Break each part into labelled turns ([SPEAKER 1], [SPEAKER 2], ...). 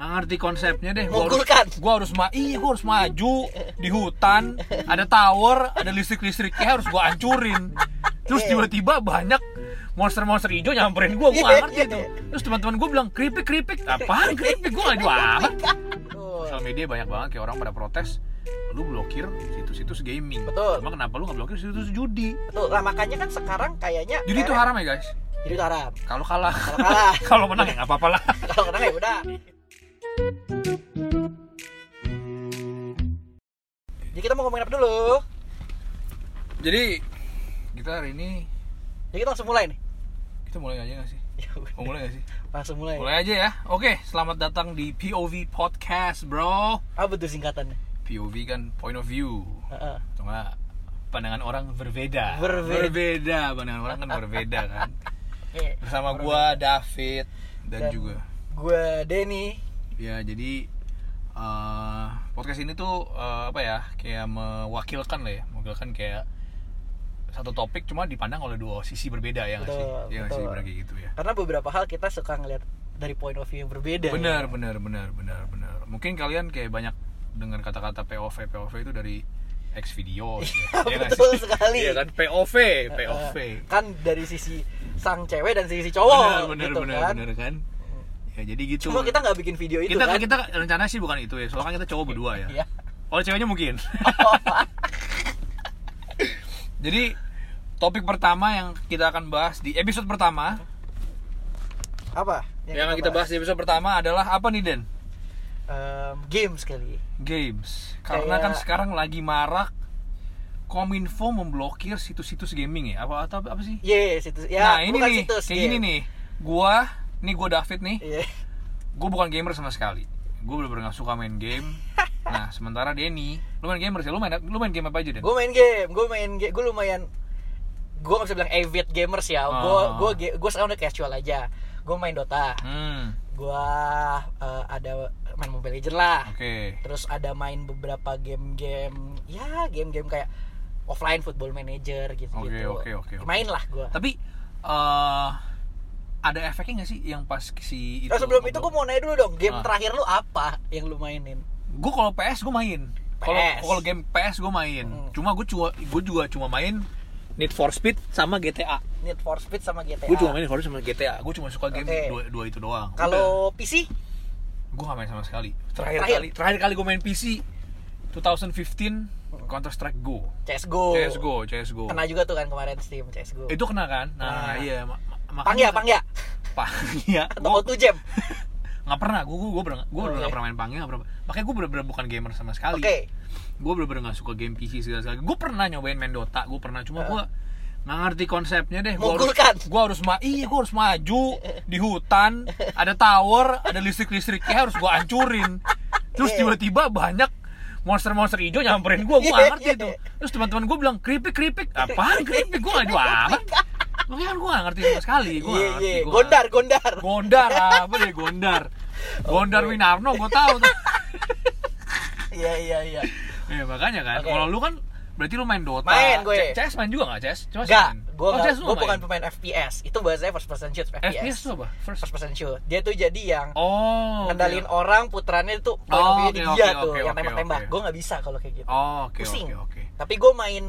[SPEAKER 1] nggak ngerti konsepnya deh gua harus,
[SPEAKER 2] Menggulkan.
[SPEAKER 1] gua harus ma iya gua harus maju di hutan ada tower ada listrik listriknya harus gua hancurin
[SPEAKER 2] Iya.
[SPEAKER 1] terus tiba-tiba banyak monster-monster hijau nyamperin gua gua nggak
[SPEAKER 2] iya,
[SPEAKER 1] ngerti tuh terus teman-teman gua bilang keripik keripik apaan keripik gua nggak
[SPEAKER 2] Iya,
[SPEAKER 1] apa
[SPEAKER 2] Betul.
[SPEAKER 1] sosial media banyak banget kayak orang pada protes lu blokir situs-situs gaming
[SPEAKER 2] Betul.
[SPEAKER 1] cuma kenapa lu nggak blokir situs judi
[SPEAKER 2] Betul. Lah makanya kan sekarang kayaknya
[SPEAKER 1] judi itu
[SPEAKER 2] eh,
[SPEAKER 1] haram ya guys
[SPEAKER 2] Judi itu haram.
[SPEAKER 1] kalau kalah
[SPEAKER 2] Kalau kalah,
[SPEAKER 1] kalau menang ya nggak apa-apa lah
[SPEAKER 2] kalau kena ya udah. Jadi kita mau ngomongin apa dulu?
[SPEAKER 1] jadi kita hari ini
[SPEAKER 2] Jadi kita langsung mulai nih.
[SPEAKER 1] kita mulai aja nggak sih
[SPEAKER 2] Ya udah,
[SPEAKER 1] mau mulai nggak sih
[SPEAKER 2] langsung mulai.
[SPEAKER 1] mulai aja ya oke selamat datang di POV podcast bro
[SPEAKER 2] Apa tuh singkatannya?
[SPEAKER 1] POV kan point of view
[SPEAKER 2] Heeh.
[SPEAKER 1] atau nggak pandangan orang berbeda
[SPEAKER 2] Berbeda.
[SPEAKER 1] berbeda pandangan orang kan berbeda kan
[SPEAKER 2] Eh,
[SPEAKER 1] bersama gua David dan
[SPEAKER 2] Dan-
[SPEAKER 1] juga
[SPEAKER 2] Gue Denny.
[SPEAKER 1] Ya, jadi eh, podcast ini tuh eh, apa ya? Kayak mewakilkan lah ya, mewakilkan kayak satu topik cuma dipandang oleh dua sisi berbeda ya nggak sih?
[SPEAKER 2] Betul,
[SPEAKER 1] Ya nggak sih
[SPEAKER 2] betul.
[SPEAKER 1] benar kayak gitu ya.
[SPEAKER 2] Karena beberapa hal kita suka ngeliat dari point of view yang berbeda.
[SPEAKER 1] Benar, benar, benar, benar, benar. Mungkin kalian kayak banyak dengar kata-kata POV, POV itu dari X video ya. ya nggak
[SPEAKER 2] Iya, Betul
[SPEAKER 1] sih?
[SPEAKER 2] sekali.
[SPEAKER 1] Iya kan POV, POV.
[SPEAKER 2] Eh, kan dari sisi sang cewek dan sisi cowok.
[SPEAKER 1] benar, benar,
[SPEAKER 2] gitu
[SPEAKER 1] benar,
[SPEAKER 2] kan.
[SPEAKER 1] benar kan? Ya jadi gitu.
[SPEAKER 2] Cuma kita nggak bikin video itu
[SPEAKER 1] kita,
[SPEAKER 2] kan.
[SPEAKER 1] kita rencana sih bukan itu ya, soalnya kan kita cowok berdua ya.
[SPEAKER 2] Iya. Oh,
[SPEAKER 1] Oh ceweknya mungkin. Jadi topik pertama yang kita akan bahas di episode pertama
[SPEAKER 2] Apa?
[SPEAKER 1] yang, akan kita bahas di episode pertama adalah apa nih Den?
[SPEAKER 2] Em, games kali.
[SPEAKER 1] Games. Karena kan
[SPEAKER 2] Kayak-
[SPEAKER 1] sekarang lagi marak Kominfo memblokir situs-situs gaming ya. Apa atau apa sih?
[SPEAKER 2] Yes, itu
[SPEAKER 1] nah,
[SPEAKER 2] ya.
[SPEAKER 1] ini
[SPEAKER 2] bukan
[SPEAKER 1] nih,
[SPEAKER 2] situs,
[SPEAKER 1] kayak
[SPEAKER 2] game.
[SPEAKER 1] gini nih. Gua, nih gua David nih.
[SPEAKER 2] Iya.
[SPEAKER 1] Gua bukan gamer sama sekali. Gua bener-bener gak suka main game. Nah, sementara Denny, lu main gamer sih? Lu main lu main game apa aja, Den?
[SPEAKER 2] Gue main game, gue main game, gue lumayan gue gak bisa bilang avid gamers ya. Gue
[SPEAKER 1] Ah.
[SPEAKER 2] gue gue sekarang udah casual aja. Gue main Dota.
[SPEAKER 1] Hmm,
[SPEAKER 2] Gue eh, ada main Mobile Legends lah.
[SPEAKER 1] oke.
[SPEAKER 2] Terus ada main beberapa game-game ya game-game kayak offline football manager gitu gitu.
[SPEAKER 1] Oke, oke, oke, oke.
[SPEAKER 2] Main lah gue.
[SPEAKER 1] Tapi eh ada efeknya nggak sih yang pas si itu?
[SPEAKER 2] Oh, sebelum itu gue mau nanya dulu dong, game
[SPEAKER 1] Ah.
[SPEAKER 2] terakhir lu apa yang lu mainin?
[SPEAKER 1] Gua kalau PS gue main. Kalau
[SPEAKER 2] PS.
[SPEAKER 1] kalau game PS gue main.
[SPEAKER 2] Hmm.
[SPEAKER 1] Cuma gue cuma gue juga cuma main Need for Speed sama GTA.
[SPEAKER 2] Need for Speed sama GTA.
[SPEAKER 1] Gue cuma main Need for Speed sama GTA. Gue cuma suka game
[SPEAKER 2] Oke.
[SPEAKER 1] dua, dua itu doang.
[SPEAKER 2] Kalau PC?
[SPEAKER 1] gue gak main sama sekali. Terakhir,
[SPEAKER 2] Terakhir.
[SPEAKER 1] kali terakhir kali gue main PC 2015 Counter Strike Go.
[SPEAKER 2] CSGO.
[SPEAKER 1] CS:GO, CS:GO.
[SPEAKER 2] Hmm. Oh. Kena juga tuh kan kemarin Steam CSGO.
[SPEAKER 1] Itu kena kan? Nah,
[SPEAKER 2] Nah.
[SPEAKER 1] iya ma- ma-
[SPEAKER 2] Pang ya,
[SPEAKER 1] makanya-
[SPEAKER 2] pang ya.
[SPEAKER 1] Pangya.
[SPEAKER 2] Atau
[SPEAKER 1] Gua-
[SPEAKER 2] O2 Jam.
[SPEAKER 1] nggak pernah gue gue pernah gue
[SPEAKER 2] Oh,
[SPEAKER 1] udah nggak
[SPEAKER 2] iya.
[SPEAKER 1] pernah main pangnya nggak pernah makanya gue bener-bener bukan gamer sama sekali
[SPEAKER 2] Oke.
[SPEAKER 1] gue bener-bener nggak suka game PC segala sekali gue pernah nyobain main Dota gue pernah cuma
[SPEAKER 2] Heeh.
[SPEAKER 1] gue nggak ngerti konsepnya deh gue
[SPEAKER 2] Menggulkan.
[SPEAKER 1] harus gue harus ma iya gue harus maju di hutan ada tower ada listrik listriknya harus gue hancurin terus
[SPEAKER 2] Iya.
[SPEAKER 1] tiba-tiba banyak monster-monster hijau nyamperin gue gue
[SPEAKER 2] Iya,
[SPEAKER 1] nggak ngerti
[SPEAKER 2] iya.
[SPEAKER 1] itu terus teman-teman gue bilang keripik keripik apaan keripik gue nggak jual amat makanya kan gue nggak ngerti sama sekali gue
[SPEAKER 2] Iya, iya.
[SPEAKER 1] ngerti gua nggak-
[SPEAKER 2] Gondar, Gondar.
[SPEAKER 1] Gondar apa deh Gondar Gondar
[SPEAKER 2] Oke.
[SPEAKER 1] Winarno gue tahu tuh
[SPEAKER 2] Iya, iya, iya.
[SPEAKER 1] ya makanya kan
[SPEAKER 2] Oke.
[SPEAKER 1] kalau lu kan berarti lu main Dota
[SPEAKER 2] Main gue.
[SPEAKER 1] C- CS main juga nggak CS cuma
[SPEAKER 2] Enggak,
[SPEAKER 1] main.
[SPEAKER 2] gue
[SPEAKER 1] Oh, CS lu main.
[SPEAKER 2] bukan pemain FPS. Itu bahasanya first person shoot,
[SPEAKER 1] FPS
[SPEAKER 2] FPS.
[SPEAKER 1] tuh apa first
[SPEAKER 2] First person shoot. Dia tuh jadi yang
[SPEAKER 1] oh oke.
[SPEAKER 2] ngendalin orang putrannya itu point
[SPEAKER 1] Oh,
[SPEAKER 2] of view
[SPEAKER 1] oke,
[SPEAKER 2] di
[SPEAKER 1] oke,
[SPEAKER 2] dia
[SPEAKER 1] oke,
[SPEAKER 2] tuh
[SPEAKER 1] oke,
[SPEAKER 2] yang tembak-tembak.
[SPEAKER 1] oke.
[SPEAKER 2] Gue nggak bisa kalau kayak gitu.
[SPEAKER 1] oh oke
[SPEAKER 2] Pusing.
[SPEAKER 1] oke oke
[SPEAKER 2] Tapi gue main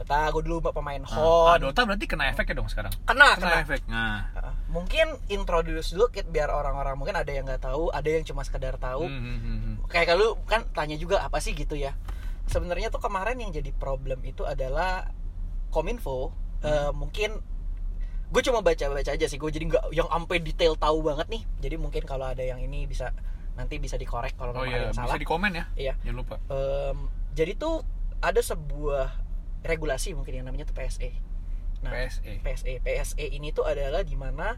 [SPEAKER 2] Dota, gue dulu pemain
[SPEAKER 1] Ah,
[SPEAKER 2] Hon.
[SPEAKER 1] Dota berarti kena efeknya dong sekarang
[SPEAKER 2] Kena,
[SPEAKER 1] kena
[SPEAKER 2] kena.
[SPEAKER 1] efek nah
[SPEAKER 2] Uh, mungkin introduce dulu Kit, biar orang-orang mungkin ada yang nggak tahu ada yang cuma sekedar tahu
[SPEAKER 1] Hmm, hmm, hmm, hmm.
[SPEAKER 2] kayak kalau lu kan tanya juga apa sih gitu ya sebenarnya tuh kemarin yang jadi problem itu adalah kominfo
[SPEAKER 1] Hmm.
[SPEAKER 2] uh, mungkin gue cuma baca-baca aja sih gue jadi nggak yang ampe detail tahu banget nih jadi mungkin kalau ada yang ini bisa nanti bisa dikorek kalau
[SPEAKER 1] oh
[SPEAKER 2] memang
[SPEAKER 1] iya
[SPEAKER 2] ada yang
[SPEAKER 1] bisa
[SPEAKER 2] salah
[SPEAKER 1] di komen ya
[SPEAKER 2] iya
[SPEAKER 1] jangan lupa
[SPEAKER 2] Um, jadi tuh ada sebuah regulasi mungkin yang namanya tuh PSE nah
[SPEAKER 1] PSE
[SPEAKER 2] PSE. PSE E ini tuh adalah dimana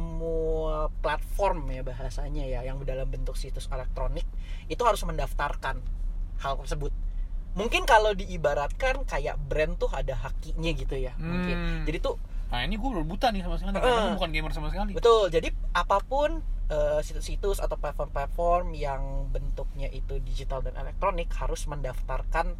[SPEAKER 2] semua platform ya bahasanya ya yang dalam bentuk situs elektronik itu harus mendaftarkan hal tersebut. Mungkin kalau diibaratkan kayak brand tuh ada hakinya gitu ya mungkin.
[SPEAKER 1] Hmm.
[SPEAKER 2] Jadi tuh
[SPEAKER 1] nah ini gue buta nih sama sekali
[SPEAKER 2] Eh.
[SPEAKER 1] karena gue bukan gamer sama sekali
[SPEAKER 2] betul. Jadi apapun eh, situs-situs atau platform-platform yang bentuknya itu digital dan elektronik harus mendaftarkan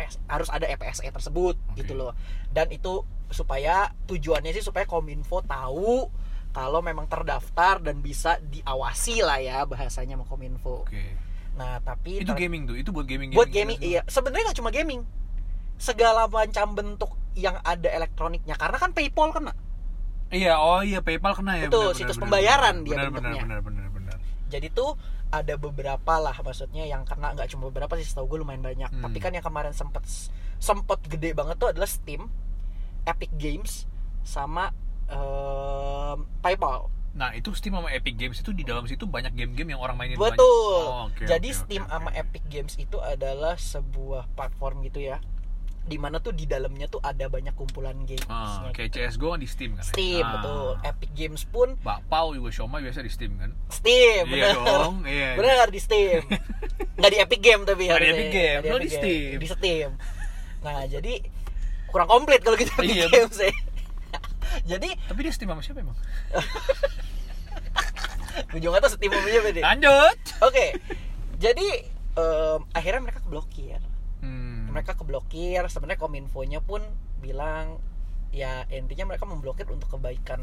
[SPEAKER 2] PS, harus ada E EPSE tersebut
[SPEAKER 1] Oke.
[SPEAKER 2] gitu loh. Dan itu supaya tujuannya sih supaya Kominfo tahu kalau memang terdaftar dan bisa diawasi lah ya bahasanya sama Kominfo.
[SPEAKER 1] Oke.
[SPEAKER 2] Nah, tapi
[SPEAKER 1] Itu
[SPEAKER 2] ter-
[SPEAKER 1] gaming tuh, itu buat gitu ya. gaming.
[SPEAKER 2] buat gaming iya, sebenarnya nggak cuma gaming. Segala macam bentuk yang ada elektroniknya karena kan PayPal kena.
[SPEAKER 1] Iya, oh iya PayPal kena ya.
[SPEAKER 2] Betul,
[SPEAKER 1] benar,
[SPEAKER 2] situs
[SPEAKER 1] benar,
[SPEAKER 2] pembayaran
[SPEAKER 1] benar,
[SPEAKER 2] dia
[SPEAKER 1] benar,
[SPEAKER 2] bentuknya.
[SPEAKER 1] Benar, benar, benar, benar.
[SPEAKER 2] Jadi tuh ada beberapa lah maksudnya yang kena nggak cuma beberapa sih setahu gue lumayan banyak.
[SPEAKER 1] Hmm.
[SPEAKER 2] Tapi kan yang kemarin sempet sempet gede banget tuh adalah Steam, Epic Games sama em, PayPal.
[SPEAKER 1] Nah, itu Steam sama Epic Games itu di dalam situ banyak game-game yang orang mainin banyak.
[SPEAKER 2] Betul.
[SPEAKER 1] Oh, oke,
[SPEAKER 2] Jadi
[SPEAKER 1] oke, oke,
[SPEAKER 2] Steam
[SPEAKER 1] oke.
[SPEAKER 2] sama Epic Games itu adalah sebuah platform gitu ya. Dimana tuh di dalamnya tuh ada banyak kumpulan games.
[SPEAKER 1] Ah, kayak CSGO kan di Steam kan. ya?
[SPEAKER 2] Steam
[SPEAKER 1] Ah.
[SPEAKER 2] betul. Epic Games pun
[SPEAKER 1] Bakpao juga Shoma biasa di Steam kan?
[SPEAKER 2] Steam.
[SPEAKER 1] iya
[SPEAKER 2] bener.
[SPEAKER 1] dong, iya.
[SPEAKER 2] Bener di Steam. Nggak di Epic Game tapi
[SPEAKER 1] Nggak di
[SPEAKER 2] harusnya. ya.
[SPEAKER 1] Epic Game,
[SPEAKER 2] Nggak
[SPEAKER 1] lo di Steam.
[SPEAKER 2] Di Steam. Nah, jadi kurang komplit kalau gitu Epic
[SPEAKER 1] Iya.
[SPEAKER 2] Games ya. jadi
[SPEAKER 1] Tapi dia Steam sama siapa emang?
[SPEAKER 2] ujungnya tuh Steam punya beda.
[SPEAKER 1] Lanjut.
[SPEAKER 2] Oke. Jadi em, akhirnya mereka keblokir.
[SPEAKER 1] Hmm.
[SPEAKER 2] mereka keblokir sebenarnya kominfonya pun bilang ya intinya mereka memblokir untuk kebaikan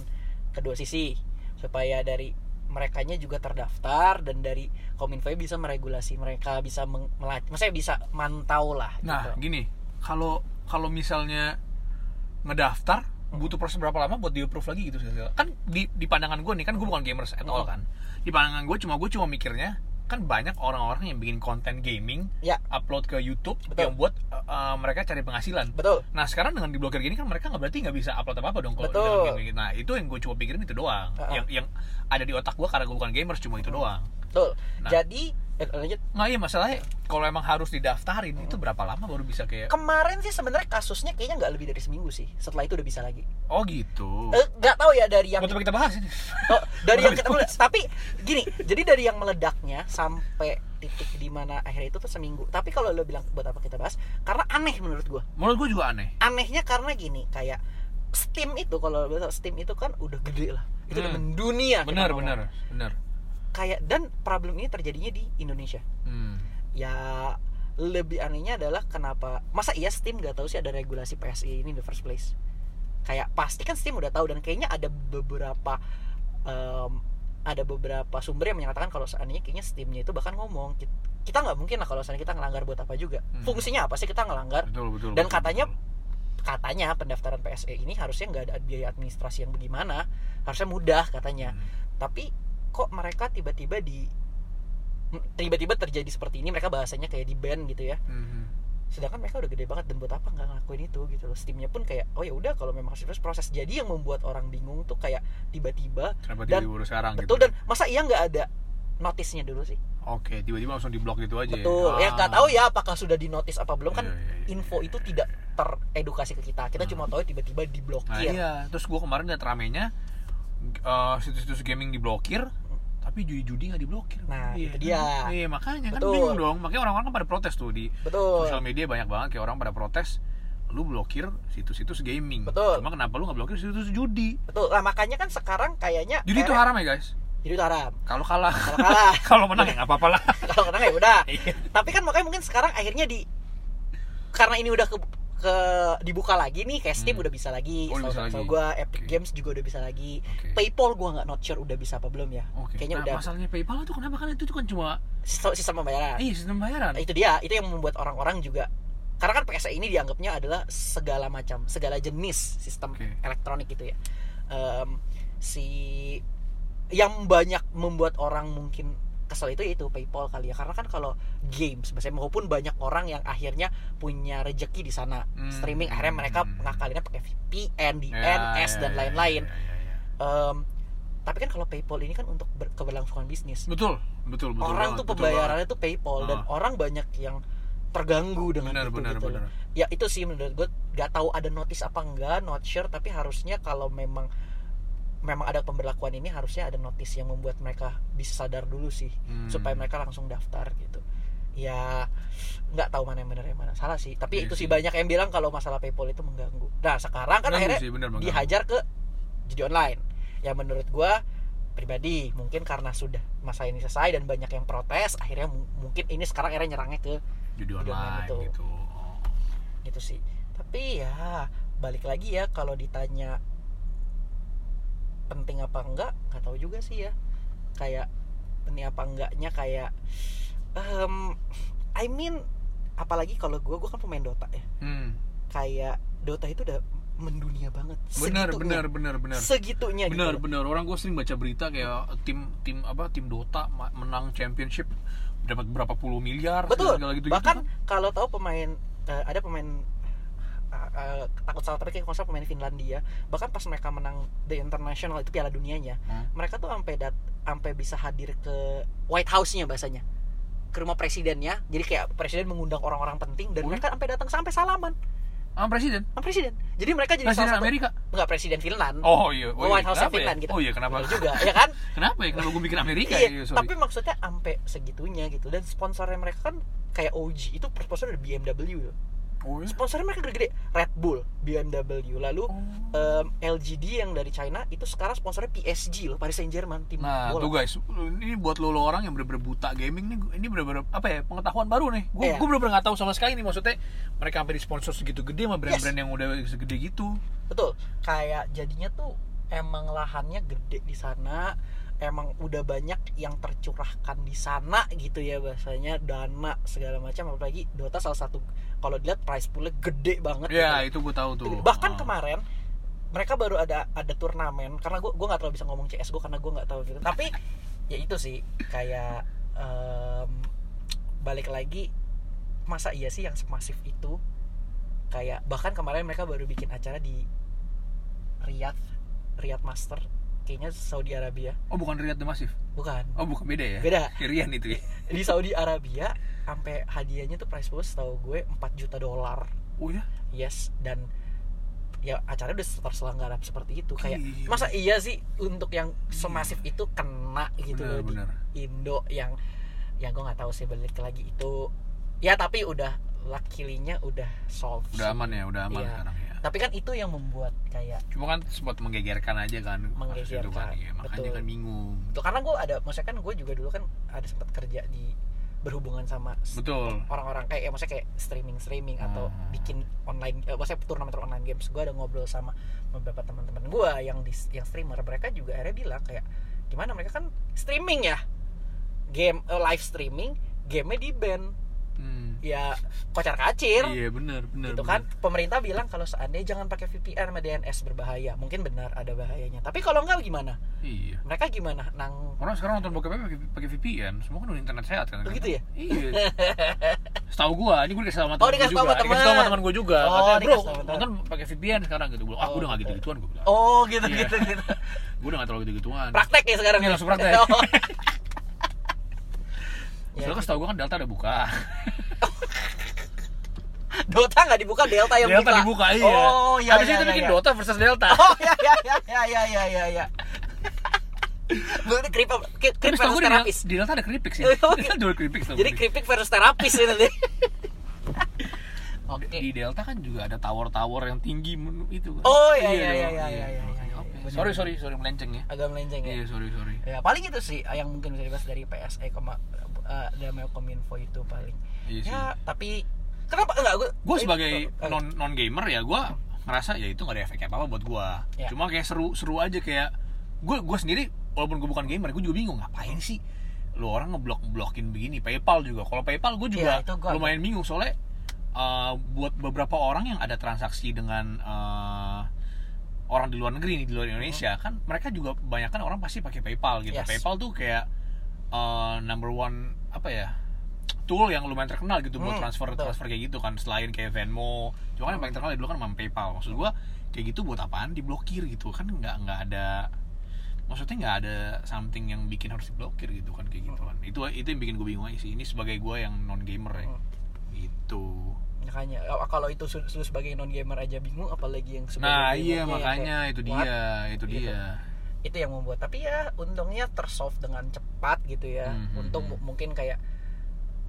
[SPEAKER 2] kedua sisi supaya dari merekanya juga terdaftar dan dari kominfo bisa meregulasi mereka bisa meng- mela- maksudnya bisa mantau lah
[SPEAKER 1] Nah,
[SPEAKER 2] gitu.
[SPEAKER 1] gini, kalau kalau misalnya ngedaftar
[SPEAKER 2] Hmm.
[SPEAKER 1] butuh proses berapa lama buat di approve lagi gitu Sel? kan di, di pandangan gue nih kan gue bukan gamers at all
[SPEAKER 2] Hmm.
[SPEAKER 1] kan di pandangan gue cuma gue cuma mikirnya kan banyak orang-orang yang bikin konten gaming
[SPEAKER 2] ya
[SPEAKER 1] upload ke YouTube
[SPEAKER 2] Betul.
[SPEAKER 1] yang buat uh, uh, mereka cari penghasilan
[SPEAKER 2] betul
[SPEAKER 1] Nah sekarang dengan diblokir gini kan mereka nggak berarti nggak bisa upload apa apa dong kalau di
[SPEAKER 2] Betul.
[SPEAKER 1] dalam game ini. Nah itu yang gue coba pikirin itu doang.
[SPEAKER 2] Uh-uh.
[SPEAKER 1] Yang yang ada di otak gue karena gue bukan gamers cuma
[SPEAKER 2] Hmm.
[SPEAKER 1] itu doang.
[SPEAKER 2] betul
[SPEAKER 1] Nah.
[SPEAKER 2] jadi eh, lanjut
[SPEAKER 1] Nggak iya masalahnya kalau emang harus didaftarin itu berapa lama baru bisa kayak
[SPEAKER 2] kemarin sih sebenarnya kasusnya kayaknya nggak lebih dari seminggu sih setelah itu udah bisa lagi
[SPEAKER 1] oh gitu.
[SPEAKER 2] Eh, nggak tahu ya dari yang
[SPEAKER 1] Mau coba kita bahas ini.
[SPEAKER 2] Oh, dari yang
[SPEAKER 1] Kenapa
[SPEAKER 2] kita meledak- tapi gini, jadi dari yang meledaknya sampai titik di mana akhirnya itu tuh seminggu. Tapi kalau lo bilang buat apa kita bahas, karena aneh menurut gua.
[SPEAKER 1] Menurut gue juga aneh.
[SPEAKER 2] Anehnya karena gini, kayak Steam itu kalau lo bilang Steam itu kan udah gede lah. Itu udah
[SPEAKER 1] Hmm.
[SPEAKER 2] mendunia. kita
[SPEAKER 1] Bener
[SPEAKER 2] ngomong.
[SPEAKER 1] bener bener.
[SPEAKER 2] Kayak dan problem ini terjadinya di Indonesia.
[SPEAKER 1] Hmm.
[SPEAKER 2] Ya lebih anehnya adalah kenapa masa iya Steam gak tahu sih ada regulasi PSI ini in the first place. Kayak pasti kan Steam udah tahu dan kayaknya ada beberapa em, ada beberapa sumber yang menyatakan kalau seandainya kayaknya Steamnya itu bahkan ngomong "Kit- kita nggak mungkin lah kalau seandainya kita ngelanggar buat apa juga.
[SPEAKER 1] Hmm.
[SPEAKER 2] Fungsinya apa sih kita ngelanggar?
[SPEAKER 1] Betul betul.
[SPEAKER 2] Dan
[SPEAKER 1] betul,
[SPEAKER 2] katanya-
[SPEAKER 1] betul.
[SPEAKER 2] Katanya pendaftaran PSE ini harusnya nggak ada biaya administrasi yang bagaimana, harusnya mudah katanya.
[SPEAKER 1] Hmm.
[SPEAKER 2] Tapi kok mereka tiba-tiba di tiba-tiba terjadi seperti ini mereka bahasanya kayak di ban gitu ya
[SPEAKER 1] Mhm.
[SPEAKER 2] sedangkan mereka udah gede banget dan buat apa nggak ngelakuin itu gitu loh steamnya pun kayak oh ya udah kalau memang harus proses- proses jadi yang membuat orang bingung tuh kayak tiba-tiba
[SPEAKER 1] Kenapa
[SPEAKER 2] Dan-
[SPEAKER 1] tiba-tiba baru sekarang
[SPEAKER 2] betul
[SPEAKER 1] gitu?
[SPEAKER 2] dan masa iya nggak ada notisnya dulu sih
[SPEAKER 1] Oke, tiba-tiba langsung diblok gitu aja.
[SPEAKER 2] betul ya nggak tahu ya apakah sudah di notis apa belum kan
[SPEAKER 1] Iya, iya, iya.
[SPEAKER 2] info itu tidak teredukasi ke kita kita
[SPEAKER 1] Hmm.
[SPEAKER 2] cuma tahu tiba-tiba
[SPEAKER 1] Nah
[SPEAKER 2] diblokir
[SPEAKER 1] iya, terus gue kemarin liat ramenya eh, situs-situs gaming diblokir, tapi judi-judi nggak diblokir.
[SPEAKER 2] Nah,
[SPEAKER 1] Iya,
[SPEAKER 2] itu dia.
[SPEAKER 1] kan? Iya makanya kan
[SPEAKER 2] Betul.
[SPEAKER 1] bingung dong, makanya orang-orang kan pada protes tuh di
[SPEAKER 2] betul
[SPEAKER 1] sosial media banyak banget kayak orang pada protes lu blokir situs-situs gaming.
[SPEAKER 2] Betul.
[SPEAKER 1] Cuma kenapa lu nggak blokir situs judi?
[SPEAKER 2] betul lah makanya kan sekarang kayaknya
[SPEAKER 1] Judi itu
[SPEAKER 2] akhirnya-
[SPEAKER 1] haram ya guys.
[SPEAKER 2] judi itu haram
[SPEAKER 1] Kalau kalah,
[SPEAKER 2] kalau kalah
[SPEAKER 1] kalau menang ya nggak apa-apa lah.
[SPEAKER 2] kalau kena ya udah
[SPEAKER 1] Iya.
[SPEAKER 2] tapi kan makanya mungkin sekarang akhirnya di karena ini udah ke, ke- dibuka lagi nih kayak Steam
[SPEAKER 1] Hmm.
[SPEAKER 2] udah bisa lagi
[SPEAKER 1] Oh, udah bisa
[SPEAKER 2] so,
[SPEAKER 1] lagi.
[SPEAKER 2] gue Epic
[SPEAKER 1] Oke.
[SPEAKER 2] Games juga udah bisa lagi
[SPEAKER 1] Oke.
[SPEAKER 2] PayPal gue nggak not sure udah bisa apa belum ya
[SPEAKER 1] Oke.
[SPEAKER 2] kayaknya
[SPEAKER 1] Nah,
[SPEAKER 2] udah
[SPEAKER 1] masalahnya PayPal tuh kenapa kan itu tuh kan cuma
[SPEAKER 2] sistem, sistem pembayaran
[SPEAKER 1] eh sistem bayaran.
[SPEAKER 2] Nah, itu dia itu yang membuat orang-orang juga karena kan PSE ini dianggapnya adalah segala macam segala jenis sistem
[SPEAKER 1] Oke.
[SPEAKER 2] elektronik gitu ya Em, si yang banyak membuat orang mungkin kesel itu yaitu PayPal kali ya karena kan kalau games biasanya maupun banyak orang yang akhirnya punya rejeki di sana
[SPEAKER 1] Hmm.
[SPEAKER 2] streaming akhirnya mereka ngakalinnya pakai VPN, DNS
[SPEAKER 1] Ya,
[SPEAKER 2] dan
[SPEAKER 1] ya,
[SPEAKER 2] lain-lain.
[SPEAKER 1] ya, ya, ya, ya.
[SPEAKER 2] Em, tapi kan kalau PayPal ini kan untuk ber- keberlangsungan bisnis
[SPEAKER 1] Betul, betul, betul.
[SPEAKER 2] orang
[SPEAKER 1] banget,
[SPEAKER 2] tuh
[SPEAKER 1] betul banget.
[SPEAKER 2] pembayarannya tuh PayPal dan orang banyak yang terganggu dengan
[SPEAKER 1] Ah. benar
[SPEAKER 2] itu
[SPEAKER 1] benar
[SPEAKER 2] gitu.
[SPEAKER 1] benar
[SPEAKER 2] Ya itu sih menurut gue nggak tahu ada notice apa enggak, not sure tapi harusnya kalau memang memang ada pemberlakuan ini harusnya ada notice yang membuat mereka bisa sadar dulu sih
[SPEAKER 1] Hmm.
[SPEAKER 2] supaya mereka langsung daftar gitu. Ya nggak tahu mana yang benar yang mana salah sih.
[SPEAKER 1] Iya
[SPEAKER 2] Tapi itu
[SPEAKER 1] sih.
[SPEAKER 2] sih banyak yang bilang kalau masalah PayPal itu mengganggu. Nah sekarang kan
[SPEAKER 1] Mengganggu
[SPEAKER 2] akhirnya
[SPEAKER 1] sih, bener, mengganggu.
[SPEAKER 2] dihajar ke judi online ya menurut gua pribadi mungkin karena sudah masa ini selesai dan banyak yang protes akhirnya mu- mungkin ini sekarang akhirnya nyerangnya ke
[SPEAKER 1] judi
[SPEAKER 2] online
[SPEAKER 1] online
[SPEAKER 2] itu.
[SPEAKER 1] gitu Oh.
[SPEAKER 2] gitu sih tapi ya balik lagi ya kalau ditanya penting apa enggak nggak tahu juga sih ya kayak penting apa enggaknya kayak em, I mean apalagi kalau gue gue kan pemain Dota ya
[SPEAKER 1] Hmm.
[SPEAKER 2] kayak Dota itu udah mendunia banget
[SPEAKER 1] Benar,
[SPEAKER 2] segitunya.
[SPEAKER 1] benar, benar, benar.
[SPEAKER 2] segitunya gitu
[SPEAKER 1] Benar,
[SPEAKER 2] loh.
[SPEAKER 1] benar. Orang gue sering baca berita kayak tim tim apa tim Dota ma- menang championship dapat berapa puluh miliar
[SPEAKER 2] betul
[SPEAKER 1] segala gitu-gitu.
[SPEAKER 2] bahkan kalau tahu pemain eh, ada pemain eh, eh, takut salah tapi kayak konsep pemain Finlandia bahkan pas mereka menang the international itu piala dunianya
[SPEAKER 1] Hmm.
[SPEAKER 2] mereka tuh sampai dat sampai bisa hadir ke White House-nya bahasanya ke rumah presidennya jadi kayak presiden mengundang orang-orang penting dan
[SPEAKER 1] Oh ya?
[SPEAKER 2] mereka sampai datang sampai salaman
[SPEAKER 1] ah presiden
[SPEAKER 2] sama presiden jadi mereka jadi
[SPEAKER 1] presiden
[SPEAKER 2] salah satu
[SPEAKER 1] Amerika
[SPEAKER 2] nggak presiden Finland
[SPEAKER 1] oh iya oh, iya.
[SPEAKER 2] White
[SPEAKER 1] Kenapa
[SPEAKER 2] House-nya
[SPEAKER 1] ya?
[SPEAKER 2] Finland gitu.
[SPEAKER 1] oh iya kenapa
[SPEAKER 2] Bener juga ya kan
[SPEAKER 1] kenapa ya kenapa gue bikin Amerika
[SPEAKER 2] Iya,
[SPEAKER 1] ya sorry
[SPEAKER 2] tapi maksudnya ampe segitunya gitu dan sponsornya mereka kan kayak OG itu sponsor dari BMW loh.
[SPEAKER 1] oh, iya?
[SPEAKER 2] Sponsornya mereka gede-gede Red Bull, BMW, lalu
[SPEAKER 1] Oh.
[SPEAKER 2] em, LGD yang dari China itu sekarang sponsornya PSG loh, Paris Saint-Germain tim
[SPEAKER 1] Nah,
[SPEAKER 2] bola.
[SPEAKER 1] tuh guys, ini buat lo, lo orang yang bener-bener buta gaming nih, ini bener-bener apa ya pengetahuan baru nih. Gue
[SPEAKER 2] Iya.
[SPEAKER 1] gue bener-bener nggak tahu sama sekali nih maksudnya mereka sampai di sponsor segitu gede sama brand-brand yang udah segede gitu.
[SPEAKER 2] Betul. Kayak jadinya tuh emang lahannya gede di sana, emang udah banyak yang tercurahkan di sana gitu ya bahasanya dana segala macam apalagi Dota salah satu kalau dilihat price poolnya gede banget gitu.
[SPEAKER 1] Iya, itu gue tahu tuh.
[SPEAKER 2] bahkan
[SPEAKER 1] Ah.
[SPEAKER 2] kemarin mereka baru ada ada turnamen karena gue gue nggak terlalu bisa ngomong CS gue karena gue nggak tahu gitu tapi ya itu sih kayak em, balik lagi masa iya sih yang semasif itu kayak bahkan kemarin mereka baru bikin acara di Riyadh Riyadh Master kayaknya Saudi Arabia
[SPEAKER 1] Oh, bukan Riyad The Massive.
[SPEAKER 2] bukan
[SPEAKER 1] Oh, bukan beda ya.
[SPEAKER 2] beda
[SPEAKER 1] Irian itu ya.
[SPEAKER 2] di Saudi Arabia sampai hadiahnya tuh price pool tahu gue 4 juta dolar
[SPEAKER 1] Oh ya.
[SPEAKER 2] yes dan ya acaranya udah terselenggara seperti itu kayak
[SPEAKER 1] Gila.
[SPEAKER 2] masa iya sih untuk yang semasif itu kena gitu
[SPEAKER 1] benar,
[SPEAKER 2] loh di
[SPEAKER 1] benar.
[SPEAKER 2] Indo yang yang gue nggak tahu sih balik lagi itu ya tapi udah luckily-nya udah solve
[SPEAKER 1] Udah aman ya, udah aman
[SPEAKER 2] Iya.
[SPEAKER 1] sekarang ya.
[SPEAKER 2] tapi kan itu yang membuat kayak
[SPEAKER 1] Cuma kan sempat menggegerkan aja kan. kasus itu kan.
[SPEAKER 2] Menggegerkan,
[SPEAKER 1] Iya, makanya
[SPEAKER 2] betul.
[SPEAKER 1] kan bingung.
[SPEAKER 2] tuh karena gue ada maksudnya kan gue juga dulu kan ada sempat kerja di berhubungan sama s-
[SPEAKER 1] Betul.
[SPEAKER 2] orang-orang kayak ya maksudnya kayak streaming streaming atau
[SPEAKER 1] Hmm.
[SPEAKER 2] bikin online eh, maksudnya turnamen turnamen online games gue ada ngobrol sama beberapa teman-teman gue yang di yang streamer mereka juga akhirnya bilang kayak gimana mereka kan streaming ya game eh, live streaming gamenya di ban
[SPEAKER 1] Hmm.
[SPEAKER 2] ya kocar kacir
[SPEAKER 1] Iya, benar, benar.
[SPEAKER 2] gitu kan pemerintah bilang kalau seandainya jangan pakai VPN sama DNS berbahaya mungkin benar ada bahayanya tapi kalau enggak gimana
[SPEAKER 1] benar. Iya.
[SPEAKER 2] mereka gimana nang
[SPEAKER 1] Orang sekarang nonton bokep pakai pakai VPN, semua kan udah internet sehat kan.
[SPEAKER 2] Oh, gitu ya?
[SPEAKER 1] Iya. Setahu gua, ini gua dikasih tahu sama teman gua
[SPEAKER 2] Oh, dikasih tahu
[SPEAKER 1] juga.
[SPEAKER 2] sama
[SPEAKER 1] Dikasih tahu sama
[SPEAKER 2] teman.
[SPEAKER 1] teman gua juga.
[SPEAKER 2] Oh,
[SPEAKER 1] Katanya, bro,
[SPEAKER 2] dikasih tahu sama
[SPEAKER 1] nonton pakai VPN sekarang gitu. Gua, ah, gua udah nggak
[SPEAKER 2] Oh,
[SPEAKER 1] gitu-gituan gua bilang.
[SPEAKER 2] oh gitu
[SPEAKER 1] Iya.
[SPEAKER 2] gitu gitu
[SPEAKER 1] Gua udah nggak terlalu gitu-gituan.
[SPEAKER 2] praktek ya sekarang
[SPEAKER 1] Iya, langsung praktek.
[SPEAKER 2] Oh. Ya,
[SPEAKER 1] Soalnya setahu gua kan Delta udah buka.
[SPEAKER 2] Dota nggak dibuka Delta yang
[SPEAKER 1] Delta
[SPEAKER 2] buka.
[SPEAKER 1] dibuka, iya.
[SPEAKER 2] Oh iya.
[SPEAKER 1] Habis
[SPEAKER 2] iya,
[SPEAKER 1] itu
[SPEAKER 2] iya,
[SPEAKER 1] bikin
[SPEAKER 2] iya.
[SPEAKER 1] Dota versus Delta.
[SPEAKER 2] Oh iya iya iya iya iya iya iya. iya. Berarti keripik keripik
[SPEAKER 1] Tapi setahu
[SPEAKER 2] versus
[SPEAKER 1] gue di,
[SPEAKER 2] terapis.
[SPEAKER 1] di Delta ada keripik sih.
[SPEAKER 2] Oh,
[SPEAKER 1] Delta jual keripik setahu
[SPEAKER 2] Jadi
[SPEAKER 1] gue.
[SPEAKER 2] keripik versus terapis itu nanti.
[SPEAKER 1] Di-
[SPEAKER 2] Oke.
[SPEAKER 1] Di Delta kan juga ada tower-tower yang tinggi men- itu kan.
[SPEAKER 2] Iya. Oh, iya, iya,
[SPEAKER 1] dong.
[SPEAKER 2] iya, iya, iya, iya,
[SPEAKER 1] oke,
[SPEAKER 2] iya,
[SPEAKER 1] oke.
[SPEAKER 2] iya.
[SPEAKER 1] ya? Sorry sorry sorry melenceng ya.
[SPEAKER 2] Agak melenceng ya.
[SPEAKER 1] Iya, sorry sorry.
[SPEAKER 2] Ya paling itu sih yang mungkin bisa dibahas dari PSE kema eh, dari Kominfo itu paling.
[SPEAKER 1] Iya sih.
[SPEAKER 2] Ya, tapi kenapa enggak gue
[SPEAKER 1] Gue
[SPEAKER 2] eh,
[SPEAKER 1] sebagai non non gamer ya gue ngerasa ya itu nggak ada efeknya apa apa buat gue.
[SPEAKER 2] Iya.
[SPEAKER 1] Cuma kayak seru seru aja kayak gue gue sendiri walaupun gue bukan gamer gue juga bingung ngapain sih lo orang ngeblok ngeblokin begini PayPal juga kalau PayPal gue juga
[SPEAKER 2] Iya, itu gua-
[SPEAKER 1] lumayan bingung soalnya eh, buat beberapa orang yang ada transaksi dengan eh, orang di luar negeri nih di luar Indonesia kan mereka juga kebanyakan orang pasti pakai PayPal gitu
[SPEAKER 2] Hmm. Yes.
[SPEAKER 1] PayPal tuh kayak eh, number one apa ya tool yang lumayan terkenal gitu buat
[SPEAKER 2] Hmm,
[SPEAKER 1] transfer
[SPEAKER 2] betul.
[SPEAKER 1] transfer kayak gitu kan selain kayak Venmo cuma kan yang paling terkenal dulu kan sama PayPal maksud gua kayak gitu buat apaan diblokir gitu kan nggak nggak ada maksudnya nggak ada something yang bikin harus diblokir gitu kan kayak gitu kan itu itu yang bikin gue bingung aja sih ini sebagai gua yang non gamer ya
[SPEAKER 2] Hmm.
[SPEAKER 1] gitu
[SPEAKER 2] makanya eh, kalau itu su- lu sebagai non gamer aja bingung apalagi yang sebagai
[SPEAKER 1] nah iya
[SPEAKER 2] gamer aja yang
[SPEAKER 1] makanya
[SPEAKER 2] kayak,
[SPEAKER 1] itu
[SPEAKER 2] what?
[SPEAKER 1] dia itu
[SPEAKER 2] Gitu.
[SPEAKER 1] dia
[SPEAKER 2] itu yang membuat tapi ya untungnya tersolve dengan cepat gitu ya
[SPEAKER 1] Mhm.
[SPEAKER 2] untung mu- mungkin kayak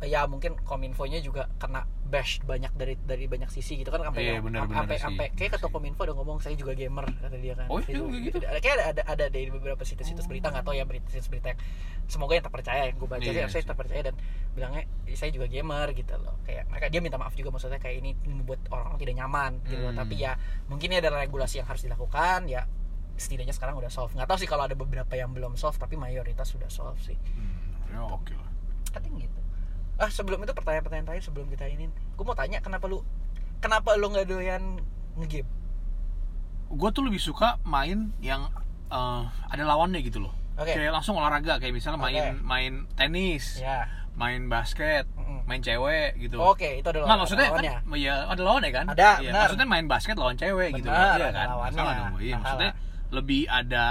[SPEAKER 2] ya mungkin kominfonya juga kena bash banyak dari dari banyak sisi gitu kan sampai
[SPEAKER 1] Iya, benar, benar
[SPEAKER 2] sampai
[SPEAKER 1] sih. Iya
[SPEAKER 2] sampai kayak ketua
[SPEAKER 1] Sih.
[SPEAKER 2] kominfo udah ngomong saya juga gamer kata dia kan
[SPEAKER 1] Oh, iya,
[SPEAKER 2] Itu-
[SPEAKER 1] kayak gitu?
[SPEAKER 2] ada- kayak ada, ada ada dari beberapa
[SPEAKER 1] Oh.
[SPEAKER 2] situs-situs berita nggak tahu ya berita situs berita yang, semoga yang terpercaya yang gue baca
[SPEAKER 1] Iya,
[SPEAKER 2] sih saya
[SPEAKER 1] sih.
[SPEAKER 2] terpercaya dan bilangnya saya juga gamer gitu loh kayak mereka dia minta maaf juga maksudnya kayak ini membuat orang-orang tidak nyaman gitu loh
[SPEAKER 1] Hmm.
[SPEAKER 2] tapi ya mungkin ini adalah regulasi yang harus dilakukan ya setidaknya sekarang udah solve nggak tahu sih kalau ada beberapa yang belum solve tapi mayoritas sudah solve sih
[SPEAKER 1] Hmm, ya oke lah.
[SPEAKER 2] I think gitu ah sebelum itu pertanyaan-pertanyaan terakhir sebelum kita ini gue mau tanya kenapa lu kenapa lu nggak doyan ngegame
[SPEAKER 1] Gue tuh lebih suka main yang eh, ada lawannya gitu loh.
[SPEAKER 2] Oke.
[SPEAKER 1] Kayak langsung olahraga kayak misalnya main
[SPEAKER 2] Oke.
[SPEAKER 1] main tenis,
[SPEAKER 2] ya
[SPEAKER 1] main basket,
[SPEAKER 2] Mm-mm.
[SPEAKER 1] main cewek gitu.
[SPEAKER 2] oke itu adalah
[SPEAKER 1] Nggak maksudnya kan,
[SPEAKER 2] lawannya.
[SPEAKER 1] ya ada lawannya kan?
[SPEAKER 2] Ada,
[SPEAKER 1] Iya,
[SPEAKER 2] benar.
[SPEAKER 1] maksudnya main basket lawan cewek gitu. Iya
[SPEAKER 2] Benar, ada
[SPEAKER 1] kan?
[SPEAKER 2] lawannya.
[SPEAKER 1] Masalah dong. Iya,
[SPEAKER 2] Masalah.
[SPEAKER 1] maksudnya lebih ada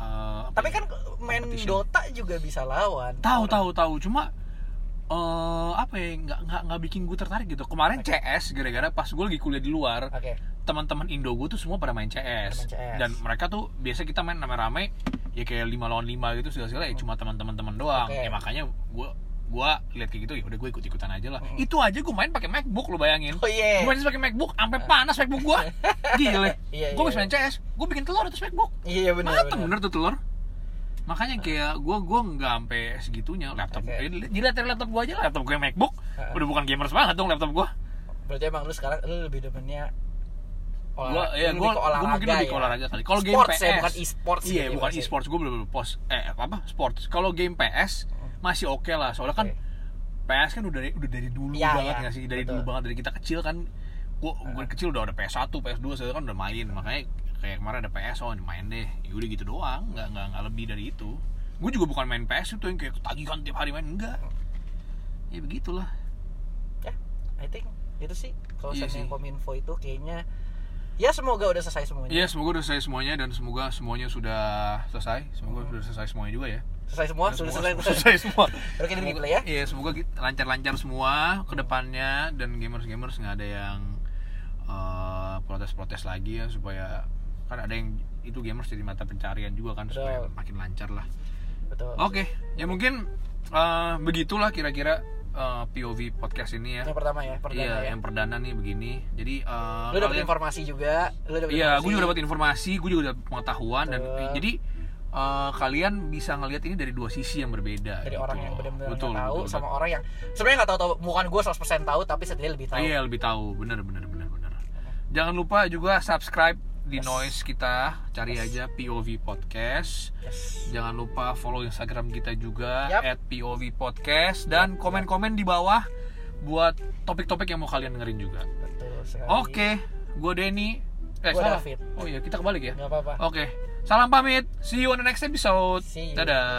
[SPEAKER 1] eh, apa
[SPEAKER 2] tapi
[SPEAKER 1] ya?
[SPEAKER 2] kan main
[SPEAKER 1] Competition.
[SPEAKER 2] Dota juga bisa lawan
[SPEAKER 1] tahu
[SPEAKER 2] Orang-
[SPEAKER 1] tahu tahu cuma eh apa ya nggak nggak nggak bikin gue tertarik gitu kemarin
[SPEAKER 2] Oke.
[SPEAKER 1] CS gara-gara pas gue lagi kuliah di luar
[SPEAKER 2] oke
[SPEAKER 1] teman-teman Indo gue tuh semua pada main CS.
[SPEAKER 2] Pada main CS.
[SPEAKER 1] dan mereka tuh biasa kita main rame-rame ya kayak lima lawan lima gitu segala-segala ya
[SPEAKER 2] Hmm.
[SPEAKER 1] cuma teman-teman teman doang
[SPEAKER 2] Oke.
[SPEAKER 1] ya makanya gue gua lihat kayak gitu ya udah gue ikut ikutan aja lah
[SPEAKER 2] Hmm.
[SPEAKER 1] itu aja gue main pakai MacBook lo bayangin
[SPEAKER 2] oh
[SPEAKER 1] gue
[SPEAKER 2] iya
[SPEAKER 1] main pakai MacBook sampai panas MacBook gue gile
[SPEAKER 2] Nah. Iya,
[SPEAKER 1] gue
[SPEAKER 2] iya,
[SPEAKER 1] bisa main CS gue bikin telur atas MacBook
[SPEAKER 2] iya benar
[SPEAKER 1] mateng bener tuh telur makanya kayak gue gua nggak sampai segitunya laptop
[SPEAKER 2] Nah. Oke.
[SPEAKER 1] eh, dilihat dari laptop gue aja lah, laptop gue MacBook
[SPEAKER 2] Heeh.
[SPEAKER 1] udah bukan gamers banget dong laptop gue
[SPEAKER 2] berarti emang lu sekarang lu lebih demennya
[SPEAKER 1] gue
[SPEAKER 2] olah-
[SPEAKER 1] ya
[SPEAKER 2] lu
[SPEAKER 1] gue
[SPEAKER 2] lebih ke olahraga
[SPEAKER 1] mungkin lebih ke
[SPEAKER 2] ya?
[SPEAKER 1] olahraga kali kalau game PS
[SPEAKER 2] sports ya bukan e-sports
[SPEAKER 1] iya
[SPEAKER 2] gitu ya,
[SPEAKER 1] bukan
[SPEAKER 2] maksudnya.
[SPEAKER 1] e-sports gue belum pos eh apa sports kalau game PS masih oke lah soalnya kan
[SPEAKER 2] Hmm. Oke.
[SPEAKER 1] PS kan udah dari, udah dari dulu
[SPEAKER 2] Iya,
[SPEAKER 1] banget
[SPEAKER 2] iya,
[SPEAKER 1] nggak sih dari
[SPEAKER 2] betul. Hmm.
[SPEAKER 1] dulu banget dari kita kecil kan gua gua kecil udah ada PS1 PS2 saya kan udah main makanya kayak kemarin ada PS oh main deh ya udah gitu doang nggak nggak nggak lebih dari itu gue juga bukan main PS itu yang kayak ketagihan tiap hari main enggak ya begitulah
[SPEAKER 2] ya I think itu sih kalau
[SPEAKER 1] Iya sih.
[SPEAKER 2] saya kominfo itu kayaknya ya semoga udah selesai semuanya
[SPEAKER 1] ya semoga udah selesai semuanya dan semoga semuanya sudah selesai
[SPEAKER 2] Hmm.
[SPEAKER 1] semoga sudah selesai semuanya juga ya
[SPEAKER 2] selesai semua
[SPEAKER 1] Nah,
[SPEAKER 2] Oh, sudah
[SPEAKER 1] semua-
[SPEAKER 2] selesai
[SPEAKER 1] semua- selesai semua.
[SPEAKER 2] Oke, dari kita ya.
[SPEAKER 1] Iya, semoga ki- lancar-lancar semua ke depannya dan gamers-gamers nggak ada yang eh, protes-protes lagi ya supaya kan ada yang itu gamers jadi mata pencarian juga kan supaya
[SPEAKER 2] Betul.
[SPEAKER 1] makin lancar lah.
[SPEAKER 2] betul
[SPEAKER 1] Oke, ya mungkin eh, begitulah kira-kira eh, POV podcast ini ya.
[SPEAKER 2] yang pertama ya perdana
[SPEAKER 1] iya,
[SPEAKER 2] ya
[SPEAKER 1] yang perdana nih begini. Jadi eh,
[SPEAKER 2] lu dapat
[SPEAKER 1] kalian-
[SPEAKER 2] informasi juga lu dapat
[SPEAKER 1] Iya,
[SPEAKER 2] informasi.
[SPEAKER 1] gue juga dapat informasi, gue juga dapat pengetahuan dan
[SPEAKER 2] Betul.
[SPEAKER 1] jadi eh, kalian bisa ngelihat ini dari dua sisi yang berbeda.
[SPEAKER 2] dari
[SPEAKER 1] gitu
[SPEAKER 2] orang yang
[SPEAKER 1] loh.
[SPEAKER 2] benar-benar
[SPEAKER 1] Betul,
[SPEAKER 2] nggak tahu
[SPEAKER 1] betul,
[SPEAKER 2] sama orang yang sebenarnya nggak tahu tahu bukan gue 100% tahu tapi setidaknya lebih
[SPEAKER 1] betul.
[SPEAKER 2] tahu
[SPEAKER 1] Iya lebih tahu, bener bener bener bener. Jangan lupa juga subscribe di
[SPEAKER 2] Yes.
[SPEAKER 1] Noise kita, cari
[SPEAKER 2] Yes.
[SPEAKER 1] aja POV Podcast.
[SPEAKER 2] yes.
[SPEAKER 1] Jangan lupa follow Instagram kita juga
[SPEAKER 2] Yap.
[SPEAKER 1] at POV Podcast dan komen-komen di bawah buat topik-topik yang mau kalian dengerin juga.
[SPEAKER 2] betul sekali
[SPEAKER 1] Oke, gue Denny. Eh,
[SPEAKER 2] Gua
[SPEAKER 1] salah.
[SPEAKER 2] David.
[SPEAKER 1] Oh iya, kita kebalik ya.
[SPEAKER 2] nggak apa-apa
[SPEAKER 1] Oke, salam pamit. See you on the next episode.
[SPEAKER 2] See you.
[SPEAKER 1] Dadah.